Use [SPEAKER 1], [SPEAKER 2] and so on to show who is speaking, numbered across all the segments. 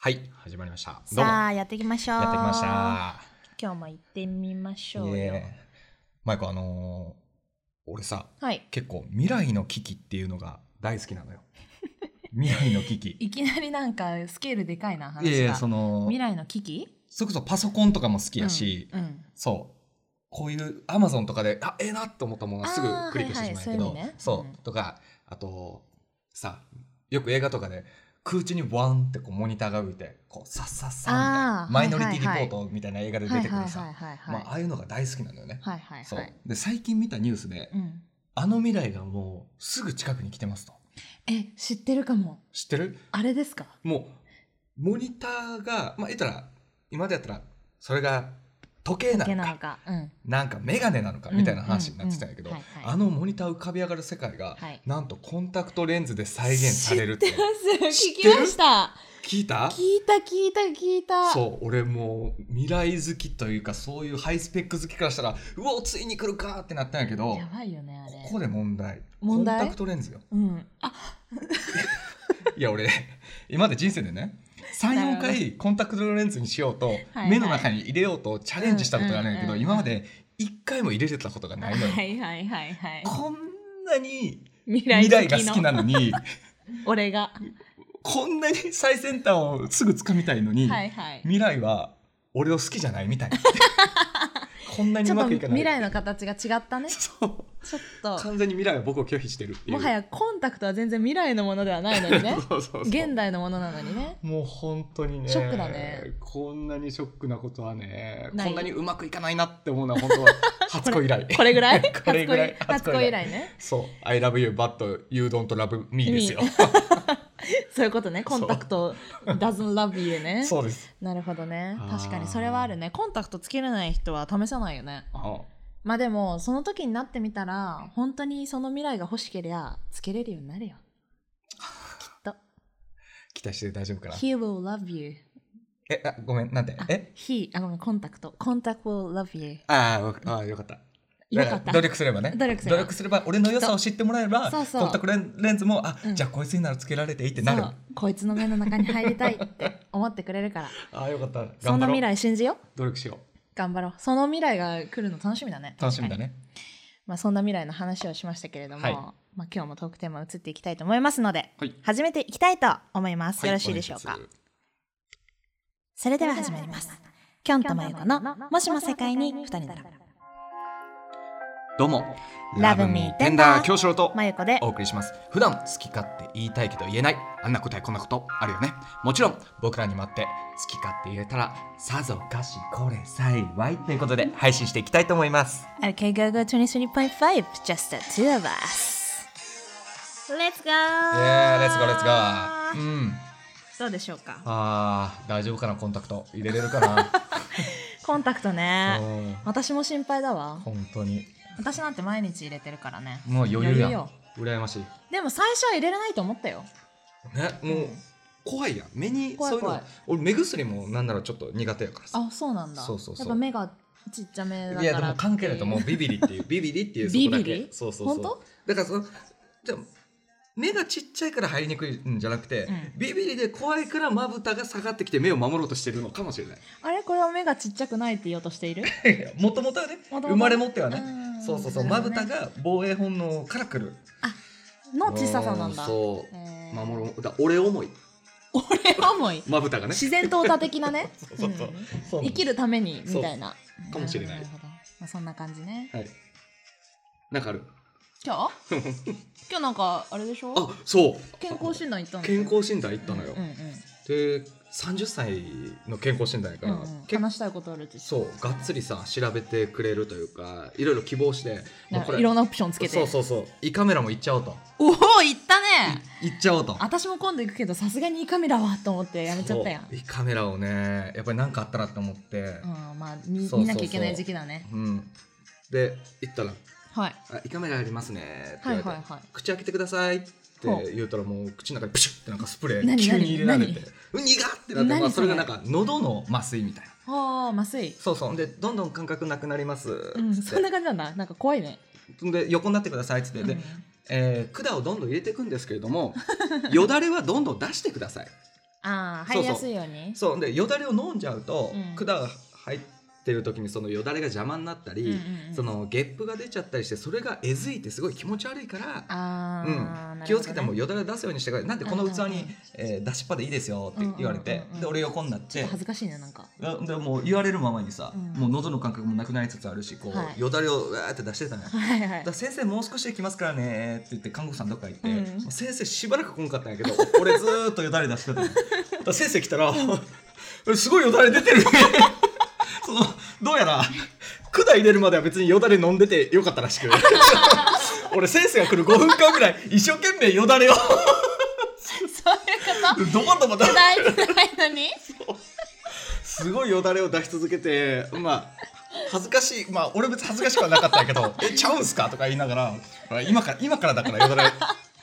[SPEAKER 1] はい、始まりました。どうも。
[SPEAKER 2] さあやっていきましょう
[SPEAKER 1] やってきました。
[SPEAKER 2] 今日も行ってみましょうよ、
[SPEAKER 1] ねえマイコ、あのー俺さ、
[SPEAKER 2] はい
[SPEAKER 1] 結構未来の危機っていうのが大好き なのよ。未来の危機。
[SPEAKER 2] いきなりなんかスケールでかいな話が
[SPEAKER 1] いやいや、その、
[SPEAKER 2] 未来の危機
[SPEAKER 1] それこそパソコンとかも好きやし、
[SPEAKER 2] うんうん
[SPEAKER 1] そう。こういうアマゾンとかで、あ、ええなと思ったものはすぐクリックしてしまうけ
[SPEAKER 2] あー
[SPEAKER 1] ど、
[SPEAKER 2] はいはい
[SPEAKER 1] そ
[SPEAKER 2] そうういうのねうん
[SPEAKER 1] とか、あと、さ、よく映画とかで、空中にワンってこうモニターが浮いて、こう、さっさっさみたいな
[SPEAKER 2] あ、ー
[SPEAKER 1] マイノリティ
[SPEAKER 2] はいはいはい
[SPEAKER 1] リポートみたいな映画で
[SPEAKER 2] は
[SPEAKER 1] 出
[SPEAKER 2] い
[SPEAKER 1] てく
[SPEAKER 2] は
[SPEAKER 1] る
[SPEAKER 2] いは
[SPEAKER 1] さ
[SPEAKER 2] い、はいはい
[SPEAKER 1] まあ、ああいうのが大好きなんだよね。
[SPEAKER 2] はいはい
[SPEAKER 1] そ
[SPEAKER 2] は
[SPEAKER 1] う
[SPEAKER 2] い
[SPEAKER 1] で最近見たニュースで、
[SPEAKER 2] うん
[SPEAKER 1] あの未来がもうすぐ近くに来てますと
[SPEAKER 2] え知ってるかも
[SPEAKER 1] 知ってる
[SPEAKER 2] あれですか
[SPEAKER 1] もうモニターがまあ言ったら今までやったらそれが時計な
[SPEAKER 2] け
[SPEAKER 1] の
[SPEAKER 2] な
[SPEAKER 1] か
[SPEAKER 2] のか、うん、
[SPEAKER 1] なんか眼鏡なのかみたいな話になってたんやけど、
[SPEAKER 2] うんうんうんはいはい
[SPEAKER 1] あのモニター浮かび上がる世界が、
[SPEAKER 2] はい
[SPEAKER 1] なんとコンタクトレンズで再現されるって
[SPEAKER 2] 知ってます
[SPEAKER 1] 知っ
[SPEAKER 2] 聞
[SPEAKER 1] て
[SPEAKER 2] き
[SPEAKER 1] る
[SPEAKER 2] ました
[SPEAKER 1] 聞いた
[SPEAKER 2] 聞いた聞いた聞いたう
[SPEAKER 1] そう俺もう未来好きというかそういうハイスペック好きからしたらうおついに来るかってなったんやけど
[SPEAKER 2] やばいよねあれ
[SPEAKER 1] ここで問題
[SPEAKER 2] 問題
[SPEAKER 1] コンタクトレンズよ
[SPEAKER 2] うんあ
[SPEAKER 1] いや俺今まで人生でね34
[SPEAKER 2] なるほ
[SPEAKER 1] 回コンタクトレンズにしようと
[SPEAKER 2] はい
[SPEAKER 1] 目の中に入れようとチャレンジしたことがあるんやけど
[SPEAKER 2] うんうんうん
[SPEAKER 1] 今まで1回も入れてたことがないのよ
[SPEAKER 2] はいはいはいはい
[SPEAKER 1] こんなに
[SPEAKER 2] 未
[SPEAKER 1] 未来が
[SPEAKER 2] の
[SPEAKER 1] 好きなのに
[SPEAKER 2] 俺が
[SPEAKER 1] こんなに最先端をすぐ掴みたいのに
[SPEAKER 2] はいはい
[SPEAKER 1] 未来は俺を好きじゃない みたいこんなに
[SPEAKER 2] ち
[SPEAKER 1] う
[SPEAKER 2] ょっ
[SPEAKER 1] ま
[SPEAKER 2] と
[SPEAKER 1] くいかない
[SPEAKER 2] 未来の形が 違ったね
[SPEAKER 1] そう
[SPEAKER 2] ちょっと
[SPEAKER 1] 完全に未来は僕を拒否してるっていう
[SPEAKER 2] もはやコンタクトは全然未来のものではないのにね
[SPEAKER 1] そうそうそう
[SPEAKER 2] 現代のものなのにね
[SPEAKER 1] もう本当にね
[SPEAKER 2] ショックだね
[SPEAKER 1] こんなにショックなことはね
[SPEAKER 2] ない
[SPEAKER 1] こんなにうまくいかないなって思うのは本当は初恋以来
[SPEAKER 2] これぐらい
[SPEAKER 1] これぐらい
[SPEAKER 2] 初恋以来ね
[SPEAKER 1] そう「I love you but you don't love me」ですよ
[SPEAKER 2] そういうことねコンタクト doesn't love you ね
[SPEAKER 1] そうです
[SPEAKER 2] なるほどね
[SPEAKER 1] あー
[SPEAKER 2] 確かにそれはあるねコンタクトつけれない人は試さないよね
[SPEAKER 1] あ
[SPEAKER 2] まあでもその時になってみたら本当にその未来が欲しけりゃつけれるようになるよ
[SPEAKER 1] 期待して大丈夫かな
[SPEAKER 2] He will love you
[SPEAKER 1] えあごめんなんて
[SPEAKER 2] あ
[SPEAKER 1] え
[SPEAKER 2] He あごめんコンタクトコンタクト will love you
[SPEAKER 1] あーわあーよかった
[SPEAKER 2] よかっ
[SPEAKER 1] だら
[SPEAKER 2] た
[SPEAKER 1] 努力すればね
[SPEAKER 2] 努力すれば
[SPEAKER 1] 俺の良さを知ってもらえば
[SPEAKER 2] そうそう
[SPEAKER 1] コンタクトレンレンズもあ、
[SPEAKER 2] うん
[SPEAKER 1] じゃあこいつにならつけられていいってなる
[SPEAKER 2] そうこいつの目の中に入りたいって思ってくれる から
[SPEAKER 1] あーよかった
[SPEAKER 2] そ
[SPEAKER 1] 頑
[SPEAKER 2] んな
[SPEAKER 1] 張ろ
[SPEAKER 2] 未
[SPEAKER 1] う
[SPEAKER 2] 来信じよう
[SPEAKER 1] 努力しよ
[SPEAKER 2] 頑張ろうその未来が来るの楽しみだね
[SPEAKER 1] う楽しみだ
[SPEAKER 2] 確かに
[SPEAKER 1] ね
[SPEAKER 2] まあ、そんな未来の話をしましたけれども、
[SPEAKER 1] はい
[SPEAKER 2] まあ、今日もトークテーマ移っていきたいと思いますので
[SPEAKER 1] はい
[SPEAKER 2] 始めていきたいと思います、
[SPEAKER 1] は
[SPEAKER 2] よろしいでしょう
[SPEAKER 1] お
[SPEAKER 2] か
[SPEAKER 1] 願います
[SPEAKER 2] それでは始まりますきょんとまゆこのもしも世界に二人なら
[SPEAKER 1] どうも
[SPEAKER 2] ラブミーテンダー
[SPEAKER 1] 京志郎と
[SPEAKER 2] まゆこで
[SPEAKER 1] お送りします普段好き勝手言いたいけど言えないあんな答えこんなことあるよねもちろん僕らにもあって好き勝手言えたらさぞかしこれ幸いということで配信していきたいと思います
[SPEAKER 2] OK go go 23.5 just the two of us Let's go!
[SPEAKER 1] イエーレッツゴーレッツゴーうん
[SPEAKER 2] どうでしょうか
[SPEAKER 1] あー大丈夫かなコンタクト入れれるかな
[SPEAKER 2] コンタクト ね
[SPEAKER 1] うん
[SPEAKER 2] 私も心配だわ
[SPEAKER 1] 本当に
[SPEAKER 2] 私なんて毎日入れてるからね
[SPEAKER 1] もう余裕やん
[SPEAKER 2] 余裕よ
[SPEAKER 1] 羨ましいね
[SPEAKER 2] でも最初は入れれないと思ったよ
[SPEAKER 1] もう怖いやん目に
[SPEAKER 2] 怖い
[SPEAKER 1] そういう
[SPEAKER 2] 怖い
[SPEAKER 1] の俺目薬もなんならちょっと苦手やからさ
[SPEAKER 2] あそうなんだ
[SPEAKER 1] そうそうそう
[SPEAKER 2] やっぱ目がちっちゃめだから
[SPEAKER 1] いやでも関係ないともうビビリっていう ビビリっていうそこだ
[SPEAKER 2] ビビ
[SPEAKER 1] け
[SPEAKER 2] リ
[SPEAKER 1] そうそうそう
[SPEAKER 2] 本当
[SPEAKER 1] だからそのじゃあ目がちっちゃいから入りにくいんじゃなくて、
[SPEAKER 2] うん
[SPEAKER 1] ビビリで怖いからまぶたが下がってきて目を守ろうとしてるのかもしれない
[SPEAKER 2] あれこれは目がちっちゃくないって言おうとしている
[SPEAKER 1] もともとはね
[SPEAKER 2] 元々
[SPEAKER 1] 生まれ持ってはね
[SPEAKER 2] うん
[SPEAKER 1] そうそうそう
[SPEAKER 2] な
[SPEAKER 1] ま
[SPEAKER 2] るほ
[SPEAKER 1] ぶ
[SPEAKER 2] どね
[SPEAKER 1] たが防衛本能からくる
[SPEAKER 2] の小ささなんだ
[SPEAKER 1] うんそう、
[SPEAKER 2] えー
[SPEAKER 1] 守ろうだ俺思い
[SPEAKER 2] 俺思い
[SPEAKER 1] まぶたがね
[SPEAKER 2] 自然淘汰的なね
[SPEAKER 1] そうそうそう
[SPEAKER 2] うん
[SPEAKER 1] そうなの
[SPEAKER 2] 生きるためにみたいな
[SPEAKER 1] そうかもしれない
[SPEAKER 2] るほどるほどまあ、そんな感じね
[SPEAKER 1] はいなんかある
[SPEAKER 2] 今 日今日なんかあれでしょ
[SPEAKER 1] あそう
[SPEAKER 2] 健康診断行ったん
[SPEAKER 1] 健康診断行ったのよ、
[SPEAKER 2] うんうんうん
[SPEAKER 1] で30歳の健康診断やから、
[SPEAKER 2] うんうん
[SPEAKER 1] 結構
[SPEAKER 2] 話したいことあるって
[SPEAKER 1] そうがっつりさ調べてくれるというかいろいろ希望して
[SPEAKER 2] なんか
[SPEAKER 1] これ
[SPEAKER 2] いろんなオプションつけて
[SPEAKER 1] そうそうそう胃カメラも行っちゃおうと
[SPEAKER 2] おお行ったね
[SPEAKER 1] い行っちゃおうと
[SPEAKER 2] 私も今度行くけどさすがに胃カメラはと思ってやめちゃったやん
[SPEAKER 1] そう胃カメラをねやっぱり何かあったらと思って
[SPEAKER 2] うんまあ見
[SPEAKER 1] そうそうそう
[SPEAKER 2] 見なきゃいけない時期だね
[SPEAKER 1] うん、で行ったら
[SPEAKER 2] はい
[SPEAKER 1] あ「胃カメラありますね」って言
[SPEAKER 2] は
[SPEAKER 1] わ
[SPEAKER 2] い
[SPEAKER 1] れて、
[SPEAKER 2] はいはい
[SPEAKER 1] 口開けてください」って
[SPEAKER 2] ほう
[SPEAKER 1] 言うたらもう口の中にプシュってなんかスプレー
[SPEAKER 2] 何
[SPEAKER 1] 急に入れられて
[SPEAKER 2] 何
[SPEAKER 1] 「うん苦っ!」ってなって、まあ、
[SPEAKER 2] 何
[SPEAKER 1] そ
[SPEAKER 2] そ
[SPEAKER 1] れ
[SPEAKER 2] れ
[SPEAKER 1] がなんか喉の麻酔みたいな
[SPEAKER 2] ああ麻酔
[SPEAKER 1] そうそうでどんどん感覚なくなります、
[SPEAKER 2] うん
[SPEAKER 1] つって
[SPEAKER 2] そんな感じなんだなんか怖いね
[SPEAKER 1] で横になってくださいっつって、で
[SPEAKER 2] うん
[SPEAKER 1] えー管をどんどん入れていくんですけれどもよだれはどんどん出してください
[SPEAKER 2] ああ
[SPEAKER 1] そう
[SPEAKER 2] 入り
[SPEAKER 1] そう
[SPEAKER 2] やすいように
[SPEAKER 1] そうでよだれを飲んじゃうと、
[SPEAKER 2] うん
[SPEAKER 1] 管が入ってる時にそのよだれが邪魔になったり、
[SPEAKER 2] うんうんうん
[SPEAKER 1] そのゲップが出ちゃったりしてそれがえずいてすごい気持ち悪いから
[SPEAKER 2] ああ、
[SPEAKER 1] うん、気をつけても
[SPEAKER 2] よ
[SPEAKER 1] よだれ出すようにしてくださいなんでこの器
[SPEAKER 2] うんうんう
[SPEAKER 1] に
[SPEAKER 2] ん
[SPEAKER 1] 「えー出しっぱでいいですよ」って言われ
[SPEAKER 2] うん
[SPEAKER 1] て
[SPEAKER 2] うんうんうん
[SPEAKER 1] で俺横になっ
[SPEAKER 2] ちょってと恥ずかしいななんか
[SPEAKER 1] あでもう言われるままにさ、
[SPEAKER 2] うん
[SPEAKER 1] もう喉の感覚もなくなりつつあるしこう、
[SPEAKER 2] はい
[SPEAKER 1] よだれをうわーって出してたのよ。
[SPEAKER 2] はい
[SPEAKER 1] だ
[SPEAKER 2] はい
[SPEAKER 1] から先生もう少しで来ますからねって言って看護婦さんどっか行って、
[SPEAKER 2] うん
[SPEAKER 1] もう先生しばらく来んかったんやけど俺ずーっとよだれ出してた のよだから先生来たら「すごいよだれ出てるね」 そのどうやら管入れるまでは別によだれ飲んでてよかったらし く俺先生が来る5分間ぐらい一生懸命よだ れを
[SPEAKER 2] そういうこと
[SPEAKER 1] どこどこだ
[SPEAKER 2] 答えてないのに
[SPEAKER 1] すごいよだれを出し続けてまあ恥ずかしいまあ俺別に恥ずかしくはなかったんやけど「えちゃうんすか?」とか言いながらほら「今から今からだからよだれ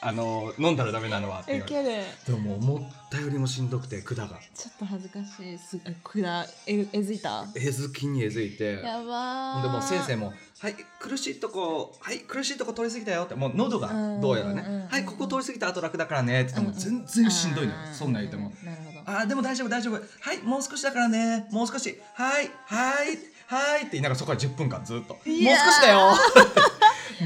[SPEAKER 1] あの飲んだらダメなのは」って言
[SPEAKER 2] ウ
[SPEAKER 1] われて
[SPEAKER 2] ケる
[SPEAKER 1] でももう思ったよりもしんどくて管が
[SPEAKER 2] ちょっと恥ずかしいす管ええずいた
[SPEAKER 1] えずきにえずいて
[SPEAKER 2] やば
[SPEAKER 1] ほ
[SPEAKER 2] ー
[SPEAKER 1] んでもう先生も「はい苦しいとこはい苦しいとこ通り過ぎたよ」ってもう喉がどうやら
[SPEAKER 2] うんうんうんう
[SPEAKER 1] ね「
[SPEAKER 2] ん
[SPEAKER 1] はいここ通り過ぎた後楽だからね」って言っても
[SPEAKER 2] うんう
[SPEAKER 1] 全然しんどいのよそんなん言っても。
[SPEAKER 2] あーなるほど
[SPEAKER 1] あーでも大丈夫大丈夫はいもう少しだからねもう少しはいはいはいって言いながらそこから10分間ずっともう少
[SPEAKER 2] いやー
[SPEAKER 1] しだ よ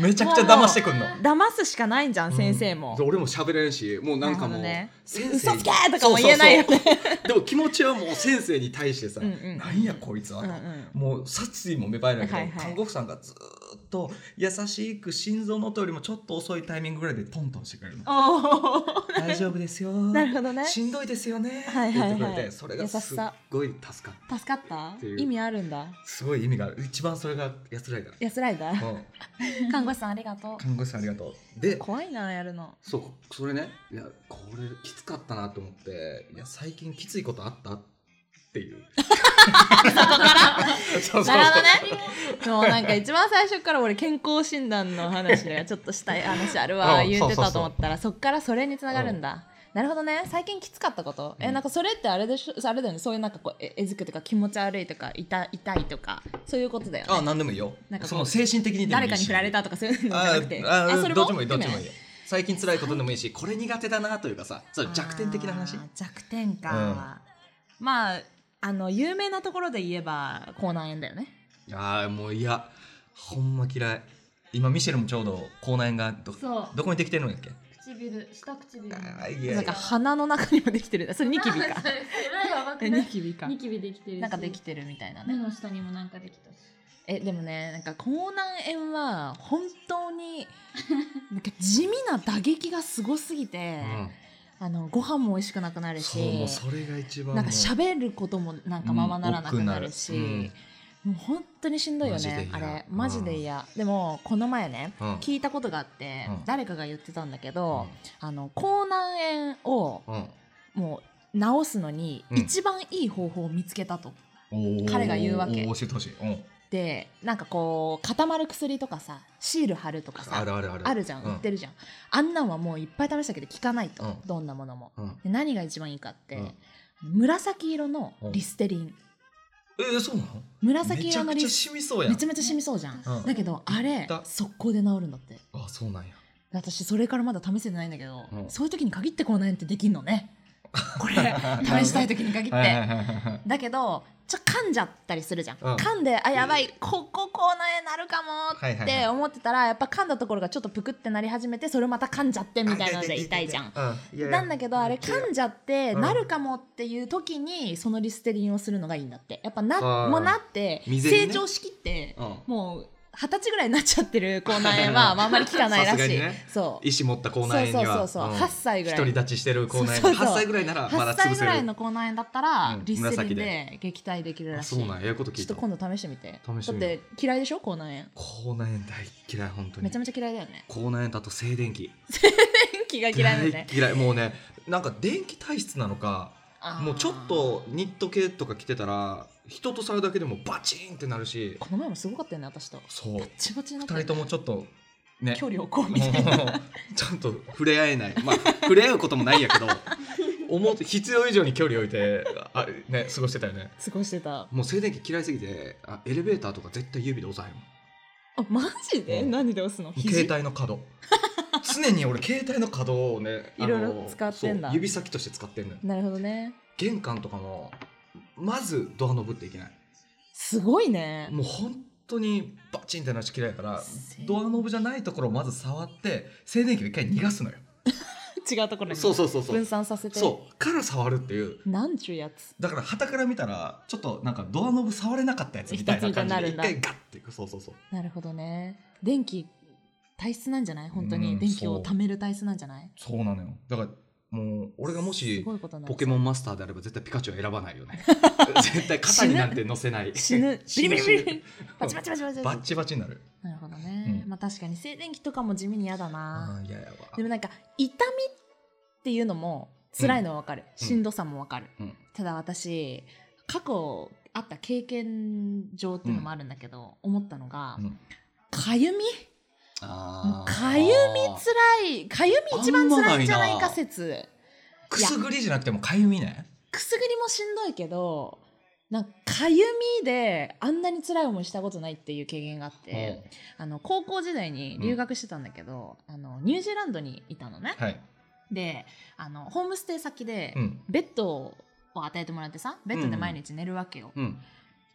[SPEAKER 1] めちゃくちゃ騙してくんの
[SPEAKER 2] 騙すしかないんじゃん先生も
[SPEAKER 1] で俺も喋れんしもうなんかもう、
[SPEAKER 2] なるほどね
[SPEAKER 1] 先生
[SPEAKER 2] 嘘つけとかも言えないよ
[SPEAKER 1] そう
[SPEAKER 2] ね
[SPEAKER 1] そうそうでも気持ちはもう先生に対してさ「
[SPEAKER 2] うんうん
[SPEAKER 1] なんやこいつは」
[SPEAKER 2] うんう
[SPEAKER 1] と
[SPEAKER 2] ん
[SPEAKER 1] もう殺意も芽生えるんだけど、
[SPEAKER 2] はいはい
[SPEAKER 1] 看護婦さんがずーっと優しく心臓の音よりもちょっと遅いタイミングぐらいでトントンしてくれるの
[SPEAKER 2] おー
[SPEAKER 1] 大丈夫ですよ
[SPEAKER 2] なるほどね
[SPEAKER 1] しんどいですよね
[SPEAKER 2] はい
[SPEAKER 1] って
[SPEAKER 2] はい
[SPEAKER 1] 言
[SPEAKER 2] は
[SPEAKER 1] っ
[SPEAKER 2] い
[SPEAKER 1] てくれてそれがすっごい助かった
[SPEAKER 2] 助かった
[SPEAKER 1] ていう
[SPEAKER 2] 意味あるんだ
[SPEAKER 1] すごい意味がある一番それが安 らいだか
[SPEAKER 2] 安らいだ
[SPEAKER 1] ら、うん、
[SPEAKER 2] 看護師さんありがと
[SPEAKER 1] 看護師さんありがとうで
[SPEAKER 2] う怖いなやるの
[SPEAKER 1] そうそれねいやこれきつかったなと思っていや最近きついことあったっていうそこから そうそうそう
[SPEAKER 2] なるほどね。もうなんか一番最初から俺健康診断の話 がちょっとしたい話あるわ
[SPEAKER 1] うん
[SPEAKER 2] 言って
[SPEAKER 1] そうそうそ
[SPEAKER 2] た
[SPEAKER 1] う
[SPEAKER 2] と思ったらそっからそれにつながるんだ。なるほどね最近きつかったこと、
[SPEAKER 1] う
[SPEAKER 2] え
[SPEAKER 1] ん
[SPEAKER 2] なんかそれってあれでしょあれだよねそういうなんかこうええずくとか気持ち悪いとか痛痛いとかそういうことだよね
[SPEAKER 1] あ何でもいいよ
[SPEAKER 2] なんかこう
[SPEAKER 1] その精神的にでもいいし
[SPEAKER 2] 誰かに振られたとかそういうのじゃなくて
[SPEAKER 1] ああどっちもいいどっちも
[SPEAKER 2] 含
[SPEAKER 1] いい
[SPEAKER 2] め
[SPEAKER 1] よ最近辛いことでもいいしこれ苦手だなというかさそう弱点的な話
[SPEAKER 2] あー弱点か、まああの有名なところで言えば口内炎だよね
[SPEAKER 1] ああもういやほんま嫌い今ミシェルもちょうど口内炎がど
[SPEAKER 3] そう
[SPEAKER 1] どこにできてるんやっけ
[SPEAKER 3] 唇下唇に
[SPEAKER 1] あーいや
[SPEAKER 2] なんか鼻の中にもできてるそれニキビか
[SPEAKER 3] それやばくな
[SPEAKER 2] ニ
[SPEAKER 3] い
[SPEAKER 2] キビか
[SPEAKER 3] ニキビできてるし
[SPEAKER 2] なんかできてるみたいな
[SPEAKER 3] 目
[SPEAKER 2] ね。
[SPEAKER 3] の下にもなんかできたし
[SPEAKER 2] えでもねなんか口内炎は本当に なんか地味な打撃がすごすぎて、あのご飯も美味しくなくな
[SPEAKER 1] う
[SPEAKER 2] る
[SPEAKER 1] ん、
[SPEAKER 2] し
[SPEAKER 1] そうもうそれが一番
[SPEAKER 2] なんか
[SPEAKER 1] ゃ
[SPEAKER 2] 喋ることもなんかままならなくなるし、もう本当にしんどいよ
[SPEAKER 1] マジで
[SPEAKER 2] ね
[SPEAKER 1] 嫌
[SPEAKER 2] あれマジで嫌、でもこの前ね、
[SPEAKER 1] うん
[SPEAKER 2] 聞いたことがあって、
[SPEAKER 1] うん
[SPEAKER 2] 誰かが言ってたんだけど、あの口内炎を
[SPEAKER 1] うん
[SPEAKER 2] もう治すのに
[SPEAKER 1] うん
[SPEAKER 2] 一番いい方法を見つけたと。
[SPEAKER 1] うん
[SPEAKER 2] 彼が言うわけ
[SPEAKER 1] おー教えてほしい、うん、
[SPEAKER 2] でなんかこう固まる薬とかさシール貼るとかさ
[SPEAKER 1] あるあるある
[SPEAKER 2] あるじゃん、
[SPEAKER 1] うん
[SPEAKER 2] 売ってるじゃんあんなんはもういっぱい試したけど効かないと、
[SPEAKER 1] うん
[SPEAKER 2] どんなものも
[SPEAKER 1] うん
[SPEAKER 2] で何が一番いいかって、
[SPEAKER 1] うん
[SPEAKER 2] 紫色のリステリン、
[SPEAKER 1] えー、そうなの
[SPEAKER 2] 紫色の
[SPEAKER 1] めちゃ
[SPEAKER 2] リ
[SPEAKER 1] くち
[SPEAKER 2] ス
[SPEAKER 1] ゃ染みそうやん
[SPEAKER 2] めちゃめちゃ染みそうじゃん、
[SPEAKER 1] うん
[SPEAKER 2] だけどあ
[SPEAKER 1] 言っ
[SPEAKER 2] れ
[SPEAKER 1] た
[SPEAKER 2] 速攻で治るんだって
[SPEAKER 1] あそうなんや
[SPEAKER 2] 私それからまだ試せてないんだけど、
[SPEAKER 1] うん
[SPEAKER 2] そういう時に限ってこうなんてできんの ねこれ試したい時に限って、
[SPEAKER 1] はいはいはいはい
[SPEAKER 2] だけどちょ噛んじゃったりするじゃん、
[SPEAKER 1] うん
[SPEAKER 2] 噛んであやばいこここうなえなるかも
[SPEAKER 1] はいはい
[SPEAKER 2] っ
[SPEAKER 1] はい
[SPEAKER 2] て思ってたらやっぱ噛んだところがちょっとプクってなり始めてそれまた噛んじゃってみたいなので痛いじゃん。
[SPEAKER 1] あいやいや
[SPEAKER 2] なんだけどあれ噛んじゃって
[SPEAKER 1] うん
[SPEAKER 2] なるかもっていう時にそのリステリンをするのがいいんだってやっぱな
[SPEAKER 1] あー
[SPEAKER 2] もうなって
[SPEAKER 1] 未然に
[SPEAKER 2] 成
[SPEAKER 1] ね
[SPEAKER 2] 長しきって
[SPEAKER 1] うん
[SPEAKER 2] もう二十歳ぐらいになっちゃって る口内炎はまああんまり効かないら
[SPEAKER 1] さす
[SPEAKER 2] し
[SPEAKER 1] が
[SPEAKER 2] い
[SPEAKER 1] にね
[SPEAKER 2] そう
[SPEAKER 1] 意思持った口内炎には
[SPEAKER 2] そうそうそうそう8歳ぐらい
[SPEAKER 1] 独り立ちしてる口内
[SPEAKER 2] そ
[SPEAKER 1] 炎
[SPEAKER 2] うそうそ
[SPEAKER 1] 8
[SPEAKER 2] う
[SPEAKER 1] 歳ぐらいならま
[SPEAKER 2] 8
[SPEAKER 1] だ潰
[SPEAKER 2] 歳ぐ
[SPEAKER 1] せ
[SPEAKER 2] らい
[SPEAKER 1] る
[SPEAKER 2] の口内炎だったら
[SPEAKER 1] うん
[SPEAKER 2] リステリ
[SPEAKER 1] 紫
[SPEAKER 2] ン
[SPEAKER 1] で
[SPEAKER 2] で撃退できる
[SPEAKER 1] あ
[SPEAKER 2] らし
[SPEAKER 1] そう
[SPEAKER 2] い
[SPEAKER 1] なんやええこと
[SPEAKER 2] ち
[SPEAKER 1] 聞
[SPEAKER 2] ょ
[SPEAKER 1] い
[SPEAKER 2] ったと今度試してみ
[SPEAKER 1] 試
[SPEAKER 2] て
[SPEAKER 1] してみよう
[SPEAKER 2] だって嫌いでしょ口内炎
[SPEAKER 1] 口内炎大嫌い本当に
[SPEAKER 2] めちゃめちゃ嫌いだよ ね
[SPEAKER 1] 口内炎とあと静電気
[SPEAKER 2] 天気が嫌いだ よね
[SPEAKER 1] 大嫌いもうねなんか電気体質なのか
[SPEAKER 2] あー
[SPEAKER 1] もうちょっとニット系とか着てたら人と触るだけでもバチンってなるし
[SPEAKER 2] この前もすごかったよね私と
[SPEAKER 1] そう
[SPEAKER 2] バッチバチに
[SPEAKER 1] 二
[SPEAKER 2] なったよ
[SPEAKER 1] 人と
[SPEAKER 2] ね
[SPEAKER 1] もちょっとね
[SPEAKER 2] 距離をこうみたいな
[SPEAKER 1] もうちゃんと触れ合えないまあ触れ合うこともないんやけ ど思う必要以上に距離を置いてあ、ね、過ごしてたよね
[SPEAKER 2] 過ごしてたあ
[SPEAKER 1] もう静電気嫌いすぎてあエレベーターとか絶対指で押さへんも
[SPEAKER 2] マジで、
[SPEAKER 1] うん
[SPEAKER 2] 何で押す の
[SPEAKER 1] ん携
[SPEAKER 2] 肘
[SPEAKER 1] 帯の角常に俺携帯の可動をねあの
[SPEAKER 2] いろいろ使ってんだ
[SPEAKER 1] そう指先として使ってんのよ
[SPEAKER 2] なるほどね
[SPEAKER 1] 玄関とかもまずドアノブっていけない
[SPEAKER 2] すごいね
[SPEAKER 1] もう本当にバチンってなし嫌いだから
[SPEAKER 2] せ
[SPEAKER 1] ドアノブじゃないところをまず触って静電気を一回逃がすのよ
[SPEAKER 2] 違うところに
[SPEAKER 1] そうそうそうそう
[SPEAKER 2] 分散させて
[SPEAKER 1] そうから触るっていう
[SPEAKER 2] なんちゅうやつ
[SPEAKER 1] だから旗から見たらちょっとなんかドアノブ触れなかったやつみたいな感じで
[SPEAKER 2] 一つ
[SPEAKER 1] 一
[SPEAKER 2] みたいになる
[SPEAKER 1] 回ガッていくそうそうそう
[SPEAKER 2] なるほどね電気体質なんじゃない本当
[SPEAKER 1] う
[SPEAKER 2] に
[SPEAKER 1] ん
[SPEAKER 2] 電気
[SPEAKER 1] そ
[SPEAKER 2] を
[SPEAKER 1] う
[SPEAKER 2] 貯める体質なんじゃない
[SPEAKER 1] そうなのよだからもう俺がも
[SPEAKER 2] す
[SPEAKER 1] し
[SPEAKER 2] ごいことになる
[SPEAKER 1] ポケモンマスターであれば絶対ピカチュウは選ばないよ ね絶対肩になんて乗せない
[SPEAKER 2] 死ぬビリビリビ
[SPEAKER 1] 死ぬ
[SPEAKER 2] リ バチバチバチバチ
[SPEAKER 1] バッチバチになる
[SPEAKER 2] なるほどね、
[SPEAKER 1] うん
[SPEAKER 2] まあ確かに静電気とかも地味に嫌だな、
[SPEAKER 1] ああーいややば
[SPEAKER 2] でもなんか痛みっていうのも辛いのはわかる、
[SPEAKER 1] うん
[SPEAKER 2] しんどさもわかる、
[SPEAKER 1] うん
[SPEAKER 2] ただ私過去あった経験上っていうのもあるんだけど、思ったのが
[SPEAKER 1] うん
[SPEAKER 2] かゆみ
[SPEAKER 1] あー
[SPEAKER 2] かゆみつらいかゆみ一番つらいんじゃないか説
[SPEAKER 1] くすぐりじゃなくてもかゆみね
[SPEAKER 2] くすぐりもしんどいけどなんかかゆみであんなに辛い思いしたことないっていう経験があって、あの高校時代に留学してたんだけど、あのニュージーランドにいたのね、
[SPEAKER 1] うんはい
[SPEAKER 2] であのホームステイ先で
[SPEAKER 1] うん
[SPEAKER 2] ベッドを与えてもらってさベッドで毎日寝るわけよ、
[SPEAKER 1] うん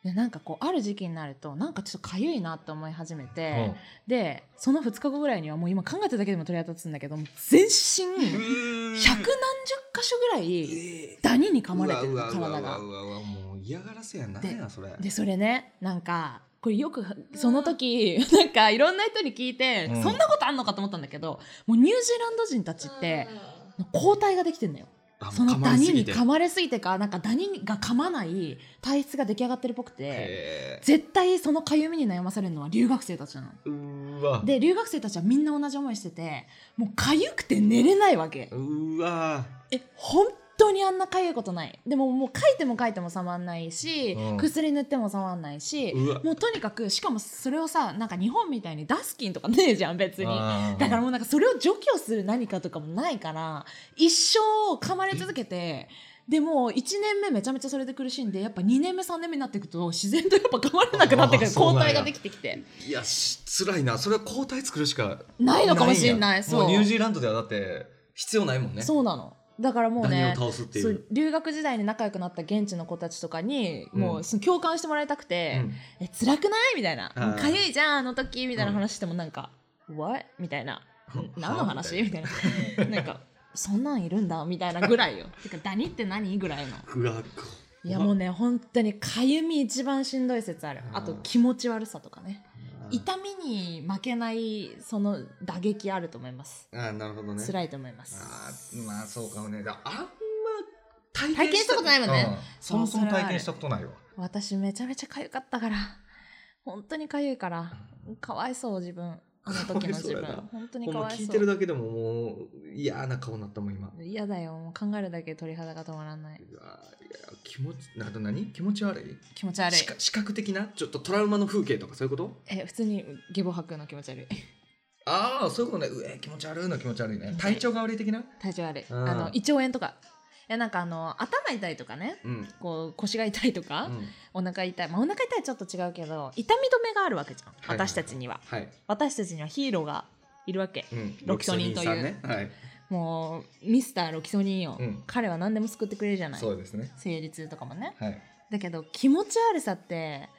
[SPEAKER 2] でなんかこうある時期になるとなんかちょっとかゆいなって思い始め
[SPEAKER 1] う
[SPEAKER 2] て
[SPEAKER 1] ん、
[SPEAKER 2] でその2日後ぐらいにはもう今考えただけでも鳥肌立つんだけどもう全身百何十箇所ぐらい
[SPEAKER 1] えー
[SPEAKER 2] ダニに噛まれてる
[SPEAKER 1] うわうわ
[SPEAKER 2] 体
[SPEAKER 1] うわ
[SPEAKER 2] が
[SPEAKER 1] うわうわもう嫌がらせやなやそれ
[SPEAKER 2] でそれねなんかこれよくその時なんかいろんな人に聞いて、
[SPEAKER 1] うん
[SPEAKER 2] そんなことあんのかと思ったんだけどもうニュージーランド人たちって抗体ができてんのよ
[SPEAKER 1] あもう
[SPEAKER 2] その
[SPEAKER 1] 噛ま
[SPEAKER 2] ダ
[SPEAKER 1] れ
[SPEAKER 2] ニ
[SPEAKER 1] すぎ
[SPEAKER 2] に
[SPEAKER 1] て
[SPEAKER 2] 噛まれすぎてかなんかダニが噛まない体質が出来上がってるっぽくて
[SPEAKER 1] へー
[SPEAKER 2] 絶対そのかゆみに悩まされるのは留学生たちなの。
[SPEAKER 1] うーわ
[SPEAKER 2] で留学生たちはみんな同じ思いしててもうかゆくて寝れないわけ
[SPEAKER 1] うーわ
[SPEAKER 2] え本当にあんなかゆいことないでももう書いても書いても触んないし、
[SPEAKER 1] うん
[SPEAKER 2] 薬塗っても触んないし
[SPEAKER 1] うわ
[SPEAKER 2] もうとにかくしかもそれをさなんか日本みたいにダスキンとかねえじゃん別にだから
[SPEAKER 1] も
[SPEAKER 2] もうなんかそれを除去する何かとかもないから一生噛まれ続けてでもう1年目めちゃめちゃそれで苦しんでやっぱ2年目3年目になっていくと自然とやっぱ噛まれなくなってく
[SPEAKER 1] あー
[SPEAKER 2] る
[SPEAKER 1] そう
[SPEAKER 2] 抗
[SPEAKER 1] なんや
[SPEAKER 2] 体ができてきて
[SPEAKER 1] いやし辛いなそれは抗体作るしか
[SPEAKER 2] ないのかもしんない
[SPEAKER 1] んや
[SPEAKER 2] そう
[SPEAKER 1] もうニュージーランドではだって必要ないもんね
[SPEAKER 2] そうなのだからもう
[SPEAKER 1] ダニ
[SPEAKER 2] ね
[SPEAKER 1] を倒すってい
[SPEAKER 2] そうう留学時代に仲良くなった現地の子たちとかに、
[SPEAKER 1] うん
[SPEAKER 2] もうその共感してもらいたくて
[SPEAKER 1] うん
[SPEAKER 2] 「え辛くない?」みたいな「
[SPEAKER 1] あー
[SPEAKER 2] もうかゆいじゃんあの時」みたいな
[SPEAKER 1] うん
[SPEAKER 2] 話してもなんか「What?」みたいな「何の
[SPEAKER 1] は
[SPEAKER 2] 話?」みたいな「なんかそんなんいるんだ」みたいなぐらいよ 「てかダニって何?」ぐらいの
[SPEAKER 1] うわ
[SPEAKER 2] いやもうね本当にかゆみ一番しんどい説ある
[SPEAKER 1] あー
[SPEAKER 2] あと気持ち悪さとかね
[SPEAKER 1] あー
[SPEAKER 2] 痛みに負けないその打撃あると思います
[SPEAKER 1] あーなるほどね
[SPEAKER 2] 辛いと思います
[SPEAKER 1] あーまあそうかもねだあんま体
[SPEAKER 2] 体験したことないもんね
[SPEAKER 1] うんそもそも体験したことないわ
[SPEAKER 2] 私めちゃめちゃ痒かったから本当に痒いからかわいそう自分あの時の自分
[SPEAKER 1] かわいそうやな
[SPEAKER 2] 本当に
[SPEAKER 1] ほん
[SPEAKER 2] か
[SPEAKER 1] ま
[SPEAKER 2] わい
[SPEAKER 1] 聞い
[SPEAKER 2] そ
[SPEAKER 1] てる
[SPEAKER 2] う
[SPEAKER 1] だけでももう嫌な顔になったもん今
[SPEAKER 2] 嫌だよもう考えるだけで鳥肌が止まらないう
[SPEAKER 1] わーいや気持ちなど何気持ち悪い
[SPEAKER 2] 気持ち悪い
[SPEAKER 1] 視覚視覚的なちょっとトラウマの風景とかそういうこと
[SPEAKER 2] え普通にゲボ吐くの気持ち悪い
[SPEAKER 1] ああそういうことねうえー気持ち悪いの気持ち悪いね体調が悪い的な
[SPEAKER 2] 体調悪い
[SPEAKER 1] うん
[SPEAKER 2] あの胃腸炎とかいやなんかあの頭痛いとかね
[SPEAKER 1] うん
[SPEAKER 2] こう腰が痛いとか
[SPEAKER 1] う、ん
[SPEAKER 2] お腹痛いまあお腹痛いはちょっと違うけど痛み止めがあるわけじゃん、
[SPEAKER 1] いはいはい
[SPEAKER 2] 私たちには
[SPEAKER 1] はい
[SPEAKER 2] 私たちにはヒーローがいるわけ
[SPEAKER 1] うん
[SPEAKER 2] ロキソニンという
[SPEAKER 1] ロキソニンさんねはい
[SPEAKER 2] もうミスターロキソニンよ、
[SPEAKER 1] うん
[SPEAKER 2] 彼は何でも救ってくれるじゃない
[SPEAKER 1] そうですね
[SPEAKER 2] 生理痛とかもね
[SPEAKER 1] はい
[SPEAKER 2] だけど気持ち悪さって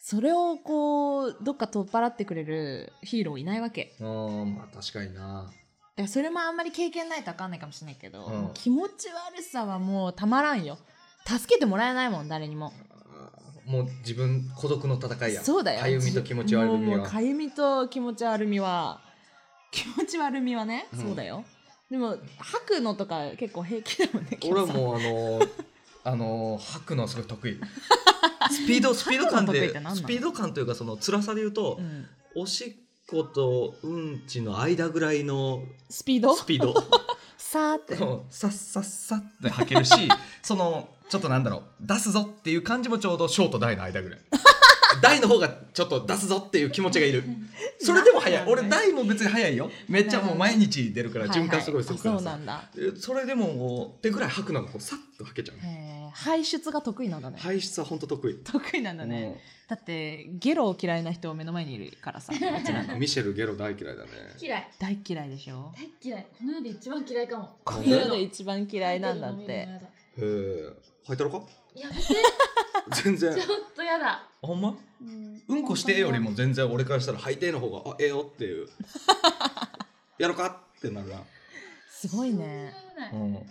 [SPEAKER 2] それをこうどっか取っ払ってくれるヒーローいないわけ
[SPEAKER 1] あーまあ確かにな
[SPEAKER 2] だからそれもあんまり経験ないと分かんないかもしれないけど、
[SPEAKER 1] うん
[SPEAKER 2] 気持ち悪さはもうたまらんよ助けてもらえないもん誰にも
[SPEAKER 1] あーもう自分孤独の戦いや
[SPEAKER 2] そうだよ
[SPEAKER 1] かゆみと気持ち悪みは
[SPEAKER 2] もうもうかゆみと気持ち悪みは気持ち悪みはね、
[SPEAKER 1] うん
[SPEAKER 2] そうだよでも吐くのとか結構平気だもんね
[SPEAKER 1] 俺は
[SPEAKER 2] う
[SPEAKER 1] もうあのー あのー吐くのはすごい得意スピードスピード感
[SPEAKER 2] 吐くの得意
[SPEAKER 1] で
[SPEAKER 2] って何なの
[SPEAKER 1] スピード感というかその辛さで言うと、
[SPEAKER 2] ん、
[SPEAKER 1] おしっことうんちの間ぐらいの
[SPEAKER 2] スピード
[SPEAKER 1] スピー ド
[SPEAKER 2] さーって
[SPEAKER 1] そうさっさっさって吐 けるしそのちょっとなんだろう出すぞっていう感じもちょうどショート大の間ぐらい大の方がちょっと出すぞっていう気持ちがいるそれでも早い
[SPEAKER 2] なんだろう
[SPEAKER 1] 俺
[SPEAKER 2] ね
[SPEAKER 1] 大も別に早いよめっちゃもう毎日出るから
[SPEAKER 2] はいはい
[SPEAKER 1] 循環すごいするから
[SPEAKER 2] そうな
[SPEAKER 1] さ
[SPEAKER 2] んだ
[SPEAKER 1] えそれでももう手ぐらい吐くのがこうさっと吐けちゃう
[SPEAKER 2] へえ排出が得意なんだね、
[SPEAKER 1] 排出は本当得意
[SPEAKER 2] 得意なんだね、だってゲロを嫌いな人を目の前にいるか らさうちら
[SPEAKER 1] う
[SPEAKER 2] の
[SPEAKER 1] んミシェルゲロ大嫌いだね
[SPEAKER 3] 嫌い
[SPEAKER 2] 大嫌いでしょ
[SPEAKER 3] 大嫌いこの世で一番嫌いかも
[SPEAKER 1] この
[SPEAKER 3] 見る
[SPEAKER 2] 世
[SPEAKER 1] 世
[SPEAKER 3] の
[SPEAKER 2] で一番嫌いなんだっ
[SPEAKER 3] 見る
[SPEAKER 2] て
[SPEAKER 3] の見るの
[SPEAKER 1] へえ吐いたろ か
[SPEAKER 3] やだやめて
[SPEAKER 1] 全然
[SPEAKER 3] ちょっとやだ
[SPEAKER 1] あほんま
[SPEAKER 3] うん
[SPEAKER 1] うんこしてよりも全然俺からしたら吐いての方があええよって いうやろかってなるな、
[SPEAKER 2] すごいね
[SPEAKER 3] 信じられな
[SPEAKER 1] う
[SPEAKER 3] い
[SPEAKER 1] ん、
[SPEAKER 2] なん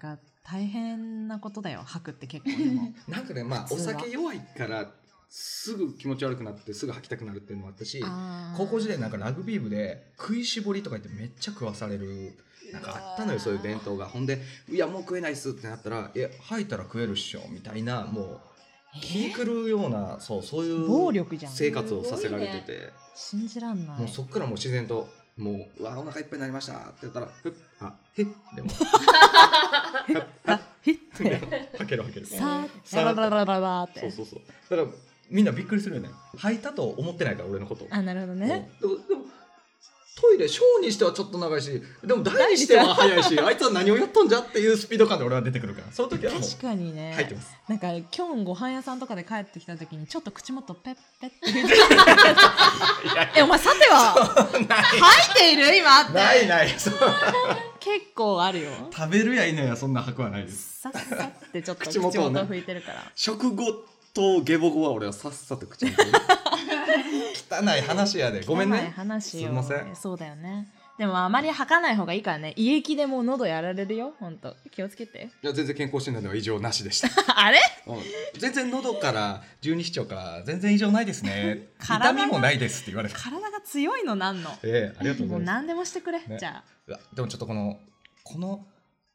[SPEAKER 2] か大変なことだよ吐くって結構でも
[SPEAKER 1] なんかねまあ
[SPEAKER 2] 普
[SPEAKER 1] お
[SPEAKER 2] 通は
[SPEAKER 1] 酒弱いからすぐ気持ち悪くなってすぐ吐きたくなるっていう のもあったし
[SPEAKER 2] あー
[SPEAKER 1] 高校時代なんかラグビー部で食いしぼりとか言ってめっちゃ食わされるなんかあったのよそういう伝統がほんで「いやもう食えないっす」ってなったら「いや吐いたら食えるっしょ」みたいなもう気
[SPEAKER 2] え
[SPEAKER 1] 狂うようなそうそういう
[SPEAKER 2] 暴力じゃん
[SPEAKER 1] 生活をさせられてて、
[SPEAKER 2] 信じらんない
[SPEAKER 1] もうそっからもう自然と「もううわお腹いっぱいになりました」って言ったら「ふっあへっ」でも
[SPEAKER 2] あひっ
[SPEAKER 1] で
[SPEAKER 2] て
[SPEAKER 1] も吐ける 吐ける
[SPEAKER 2] さあ
[SPEAKER 1] さ
[SPEAKER 2] ラ
[SPEAKER 1] あ
[SPEAKER 2] ラララララって
[SPEAKER 1] そうそうそうだからみんなびっくりするよね吐いたと思ってないから俺のこと
[SPEAKER 2] あなるほどね
[SPEAKER 1] でもでもトイレ小にしてはちょっと長いしでも大にしては早 いしあいつは何をやっとんじゃっていうスピード感で俺は出てくるからその時はもう
[SPEAKER 2] 確かにね
[SPEAKER 1] 入ってます
[SPEAKER 2] なんか今日ご飯屋さんとかで帰ってきた時にちょっと口元ペッペッ ってえお前さては吐いている今って
[SPEAKER 1] ないない そう
[SPEAKER 2] 結構あるよ
[SPEAKER 1] 食べるやいなやそんな吐くはないです
[SPEAKER 2] さっさってちょっと口
[SPEAKER 1] 口
[SPEAKER 2] 元
[SPEAKER 1] 元を
[SPEAKER 2] を
[SPEAKER 1] ね
[SPEAKER 2] 拭いてるから
[SPEAKER 1] 食後と下僕は俺はさっさと口に 汚い話やでごめん
[SPEAKER 2] 汚い
[SPEAKER 1] ね
[SPEAKER 2] 話
[SPEAKER 1] すい
[SPEAKER 2] よ
[SPEAKER 1] ません
[SPEAKER 2] そうだよねでもあまり吐かない方がいいからね胃液でもう喉やられるよほんと気をつけて
[SPEAKER 1] いや全然健康診断では異常なしでした、
[SPEAKER 2] あれ
[SPEAKER 1] うん全然喉から十二指腸から全然異常ないです ね
[SPEAKER 2] 体
[SPEAKER 1] 痛
[SPEAKER 2] が
[SPEAKER 1] みもないですって言われ た
[SPEAKER 2] 体が強いのなんの
[SPEAKER 1] ええありがとうござ
[SPEAKER 2] もう
[SPEAKER 1] います
[SPEAKER 2] 何でもしてくれ、
[SPEAKER 1] ね
[SPEAKER 2] じゃあ
[SPEAKER 1] うわでもちょっとこのこの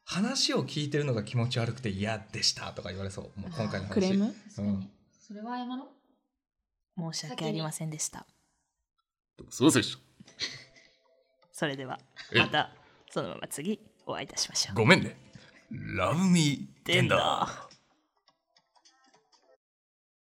[SPEAKER 1] 話を聞いてるのが気持ち悪くて嫌でしたとか言われそうもう今回の話
[SPEAKER 2] クレーム
[SPEAKER 3] 確かにそれは謝ろ
[SPEAKER 2] 申し訳ありませんでした
[SPEAKER 1] すいませんでし
[SPEAKER 2] それでは
[SPEAKER 1] え
[SPEAKER 2] またそのまま次お会いいたしましょう
[SPEAKER 1] ごめんねラブミー
[SPEAKER 2] でんだ